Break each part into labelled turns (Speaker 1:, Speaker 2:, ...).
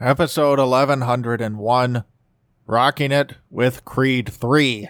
Speaker 1: episode 1101, Rocking It with Creed 3.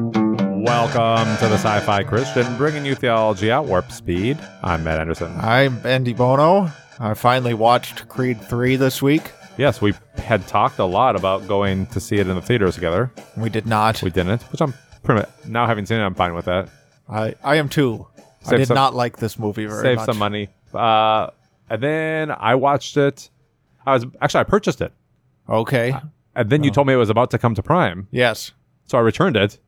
Speaker 2: Welcome to the Sci Fi Christian, bringing you theology at warp speed. I'm Matt Anderson.
Speaker 1: I'm Andy Bono. I finally watched Creed 3 this week.
Speaker 2: Yes, we had talked a lot about going to see it in the theaters together.
Speaker 1: We did not.
Speaker 2: We didn't, which I'm pretty much now having seen it, I'm fine with that.
Speaker 1: I, I am too. I
Speaker 2: Save
Speaker 1: did
Speaker 2: some-
Speaker 1: not like this movie very
Speaker 2: Save
Speaker 1: much.
Speaker 2: some money. Uh, and then I watched it. I was actually, I purchased it.
Speaker 1: Okay.
Speaker 2: Uh, And
Speaker 1: Oh.
Speaker 2: then you told me it was about to come to Prime.
Speaker 1: yes.
Speaker 2: So I returned it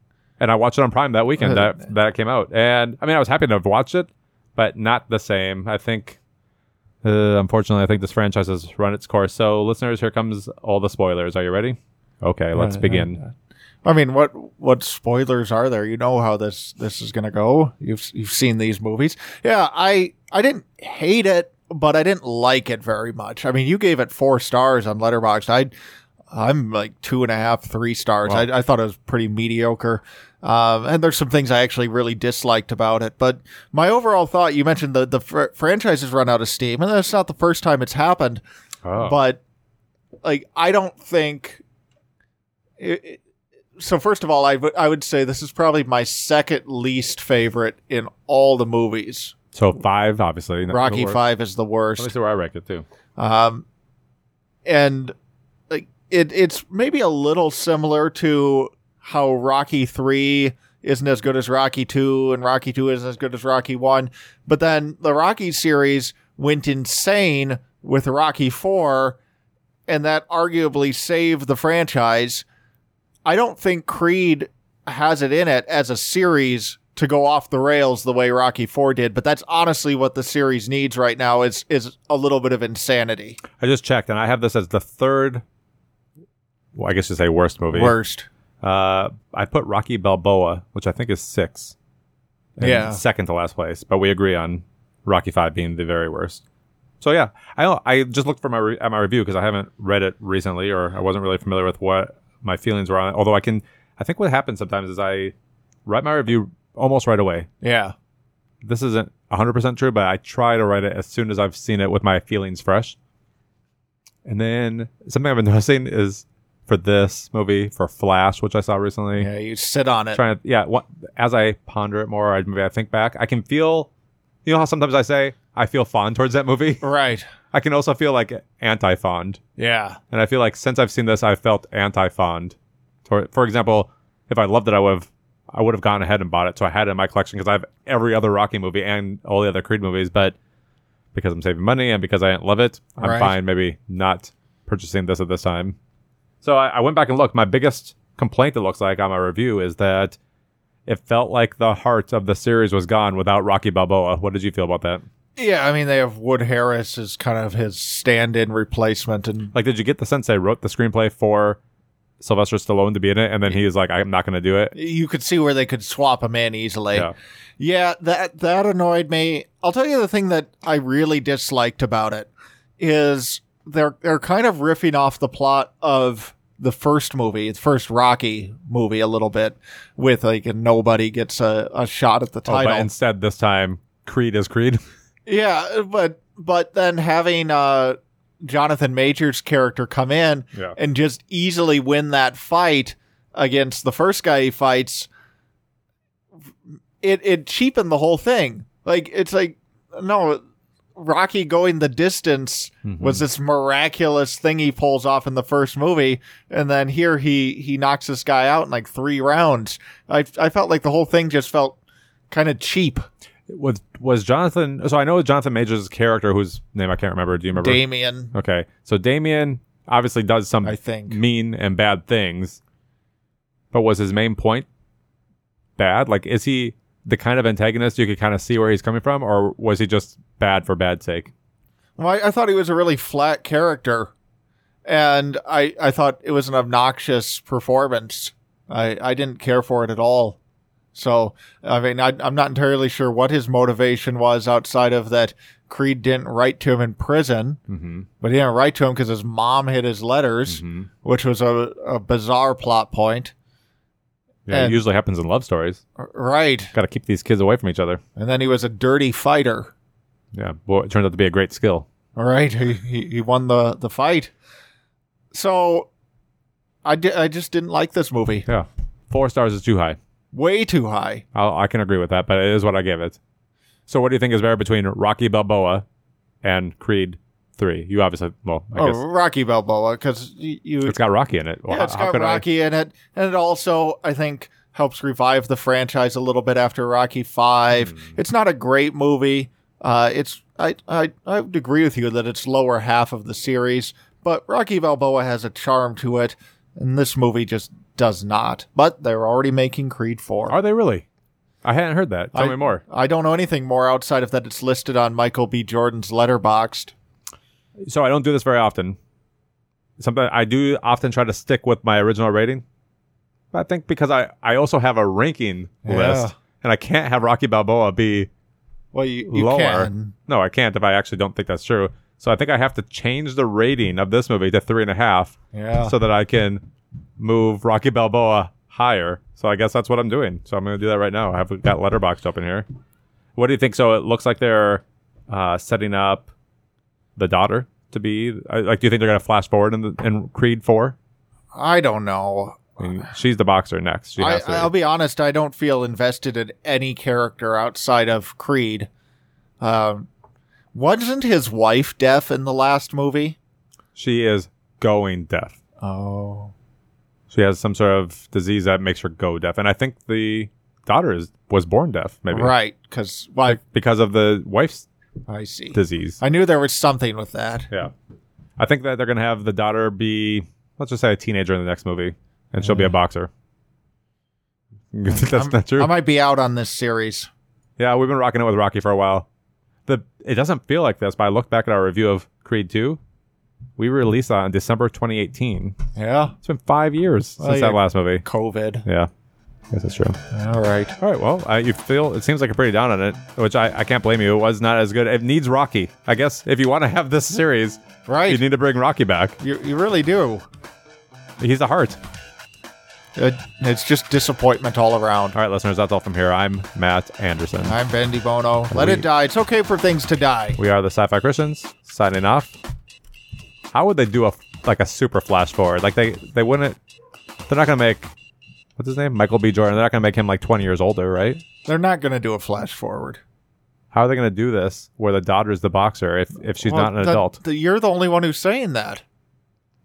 Speaker 2: and I watched it on Prime that weekend that, that it came out. And I mean, I was happy to have watched it, but not the same. I think, uh, unfortunately, I think this franchise has run its course. So, listeners, here comes all the spoilers. Are you ready? Okay, let's begin.
Speaker 1: I mean, what what spoilers are there? You know how this this is going to go. You've you've seen these movies. Yeah, I I didn't hate it, but I didn't like it very much. I mean, you gave it four stars on Letterboxd. I I'm like two and a half, three stars. I, I thought it was pretty mediocre. Um, and there's some things I actually really disliked about it. But my overall thought, you mentioned the the fr- franchise has run out of steam, and that's not the first time it's happened
Speaker 2: Oh.
Speaker 1: but like I don't think. It, it- so first of all, I would I would say this is probably my second least favorite in all the movies.
Speaker 2: so, five, obviously. not
Speaker 1: Rocky
Speaker 2: the worst.
Speaker 1: Five is the
Speaker 2: Let me
Speaker 1: worst,
Speaker 2: see where I ranked it, too.
Speaker 1: um, and like it it's maybe a little similar to how Rocky Three isn't as good as Rocky Two, and Rocky Two isn't as good as Rocky One. But then the Rocky series went insane with Rocky Four, and that arguably saved the franchise. I don't think Creed has it in it as a series to go off the rails the way Rocky 4 did, but that's honestly what the series needs right now is is a little bit of insanity.
Speaker 2: I just checked and I have this as the third, well, I guess you say worst movie.
Speaker 1: Worst.
Speaker 2: Uh, I put Rocky Balboa, which I think is six. in
Speaker 1: Yeah.
Speaker 2: Second to last place, but we agree on Rocky Five being the very worst. So yeah, I don't- I just looked for my re- at my review because I haven't read it recently, or I wasn't really familiar with what my feelings were on it. Although I can, I think what happens sometimes is I write my review almost right away.
Speaker 1: Yeah.
Speaker 2: This isn't 100 percent true, but I try to write it as soon as I've seen it with my feelings fresh. And then something I've been noticing is for this movie, for Flash, which I saw recently,
Speaker 1: Yeah, you sit on it.
Speaker 2: trying to yeah what, as i ponder it more I, maybe i think back i can feel you know how sometimes i say i feel fond towards that movie
Speaker 1: Right.
Speaker 2: i can also feel like anti-fond
Speaker 1: Yeah.
Speaker 2: and i feel like since i've seen this i felt anti-fond toward, for example if i loved it i would have i would have gone ahead and bought it so i had it in my collection because i have every other rocky movie and all the other creed movies but because i'm saving money and because i didn't love it i'm
Speaker 1: Right.
Speaker 2: fine maybe not purchasing this at this time so I, I went back and looked. My biggest complaint, it looks like, on my review is that it felt like the heart of the series was gone without Rocky Balboa. What did you feel about that?
Speaker 1: Yeah, I mean they have Wood Harris as kind of his stand-in replacement and
Speaker 2: Like, did you get the sense they wrote the screenplay for Sylvester Stallone to be in it, and then he's like, "I'm not going to do it."
Speaker 1: you could see where they could swap him in easily.
Speaker 2: Yeah.
Speaker 1: Yeah, that that annoyed me. I'll tell you the thing that I really disliked about it is they're they're kind of riffing off the plot of the first movie, the first Rocky movie, a little bit with like a nobody gets a, a shot at the
Speaker 2: Oh,
Speaker 1: title.
Speaker 2: but instead, this time, Creed is Creed.
Speaker 1: yeah, but but then having uh, Jonathan Major's character come in
Speaker 2: Yeah.
Speaker 1: and just easily win that fight against the first guy he fights, it it cheapened the whole thing. Like it's like no, Rocky going the distance was this miraculous thing he pulls off in the first movie, and then here he he knocks this guy out in like three rounds. I I felt like the whole thing just felt kind of cheap.
Speaker 2: Was was Jonathan? So I know Jonathan Majors' character, whose name I can't remember. Do you remember?
Speaker 1: Damien,
Speaker 2: Okay, so Damien obviously does some
Speaker 1: I think.
Speaker 2: mean and bad things, but was his main point bad? Like, is he the kind of antagonist you could kind of see where he's coming from, or was he just bad for bad sake?
Speaker 1: Well, I, I thought he was a really flat character, and I I thought it was an obnoxious performance. I I didn't care for it at all. So I mean, I, I'm not entirely sure what his motivation was outside of that Creed didn't write to him in prison,
Speaker 2: Mm-hmm.
Speaker 1: but he didn't write to him because his mom hid his letters,
Speaker 2: Mhm.
Speaker 1: which was a, a bizarre plot point.
Speaker 2: Yeah, it
Speaker 1: And-
Speaker 2: usually happens in love stories.
Speaker 1: R- Right.
Speaker 2: Got to keep these kids away from each other.
Speaker 1: And then he was a dirty fighter.
Speaker 2: Yeah, boy, it turns out to be a great skill.
Speaker 1: All right, he, he he won the the fight. So, I di- I just didn't like this movie.
Speaker 2: Yeah, four stars is too high.
Speaker 1: Way too high.
Speaker 2: I'll, I can agree with that, but it is what I give it. So, what do you think is better between Rocky Balboa and Creed Three? You obviously, well, I
Speaker 1: Oh,
Speaker 2: guess
Speaker 1: Rocky Balboa, because you
Speaker 2: it's got Rocky in it. Well,
Speaker 1: yeah, it's
Speaker 2: how
Speaker 1: got
Speaker 2: could I-
Speaker 1: Rocky in it, and it also I think helps revive the franchise a little bit after Rocky
Speaker 2: Hmm.
Speaker 1: Five. It's not a great movie. Uh, it's I I I would agree with you that it's lower half of the series, but Rocky Balboa has a charm to it, and this movie just does not. But they're already making Creed Four.
Speaker 2: Are they really? I hadn't heard that. Tell
Speaker 1: I-
Speaker 2: me more.
Speaker 1: I don't know anything more outside of that it's listed on Michael B. Jordan's letterboxed.
Speaker 2: So I don't do this very often. Something I do often try to stick with my original rating. But I think because I, I also have a ranking
Speaker 1: Yeah.
Speaker 2: list and I can't have Rocky Balboa be
Speaker 1: Well, you, you
Speaker 2: lower.
Speaker 1: can.
Speaker 2: No, I can't if I actually don't think that's true. So I think I have to change the rating of this movie to three and a half
Speaker 1: Yeah.
Speaker 2: so that I can move Rocky Balboa higher. So I guess that's what I'm doing. So I'm going to do that right now. I have got letterboxed up in here. What do you think? So it looks like they're uh, setting up the daughter to be I- like. Do you think they're going to flash forward in, the, in Creed Four?
Speaker 1: I don't know.
Speaker 2: I mean, she's the boxer next. She
Speaker 1: I,
Speaker 2: has to.
Speaker 1: I'll be honest. I don't feel invested in any character outside of Creed. Um, wasn't his wife deaf in the last movie?
Speaker 2: she is going deaf.
Speaker 1: Oh,
Speaker 2: She has some sort of disease that makes her go deaf, and I think the daughter is was born deaf, maybe
Speaker 1: right. Because why?
Speaker 2: because of the wife's
Speaker 1: I see.
Speaker 2: disease.
Speaker 1: I knew there was something with that.
Speaker 2: Yeah. I think that they're going to have the daughter be, let's just say, a teenager in the next movie, and she'll be a boxer. You think That's
Speaker 1: I'm-
Speaker 2: not true.
Speaker 1: I might be out on this series.
Speaker 2: yeah, we've been rocking it with Rocky for a while. The It doesn't feel like this, but I looked back at our review of Creed 2. We released that in December 2018.
Speaker 1: Yeah.
Speaker 2: It's been five years since
Speaker 1: Well,
Speaker 2: that
Speaker 1: yeah.
Speaker 2: last movie.
Speaker 1: COVID.
Speaker 2: Yeah. Yes, that's true.
Speaker 1: All right.
Speaker 2: All right. Well, I, you feel it seems like you're pretty down on it, which I, I can't blame you. It was not as good. It needs Rocky. I guess if you want to have this series,
Speaker 1: Right.
Speaker 2: you need to bring Rocky back.
Speaker 1: You, you really do.
Speaker 2: He's the heart.
Speaker 1: It, it's just disappointment all around.
Speaker 2: All right, listeners, that's all from here. I'm Matt Anderson.
Speaker 1: I'm Bendy Bono. Let it die. It's okay for things to die.
Speaker 2: We are the Sci-Fi Christians signing off. How would they do a like a super flash forward? Like they they wouldn't. They're not gonna make what's his name Michael B. Jordan. They're not gonna make him like 20 years older, right?
Speaker 1: They're not going to do a flash forward.
Speaker 2: How are they gonna do this where the daughter is the boxer if if she's
Speaker 1: Well,
Speaker 2: not an
Speaker 1: the-
Speaker 2: adult?
Speaker 1: the- you're the only one who's saying that.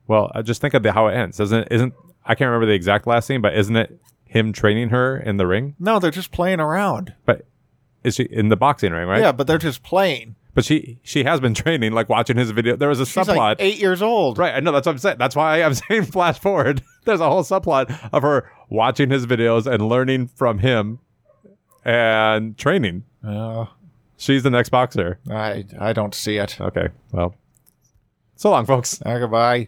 Speaker 2: Well, I just think of the, how it ends. Doesn't isn't I can't remember the exact last scene, but isn't it him training her in the ring?
Speaker 1: No, they're just playing around.
Speaker 2: But is she in the boxing ring, right?
Speaker 1: Yeah, but they're just playing.
Speaker 2: But she she has been training, like watching his video. There was a
Speaker 1: She's
Speaker 2: subplot.
Speaker 1: like eight years old.
Speaker 2: Right, I know that's what I'm saying. That's why I'm saying flash forward. There's a whole subplot of her watching his videos and learning from him and training.
Speaker 1: Uh,
Speaker 2: She's the next boxer.
Speaker 1: I I don't see it.
Speaker 2: Okay, well, so long, folks.
Speaker 1: Uh, goodbye.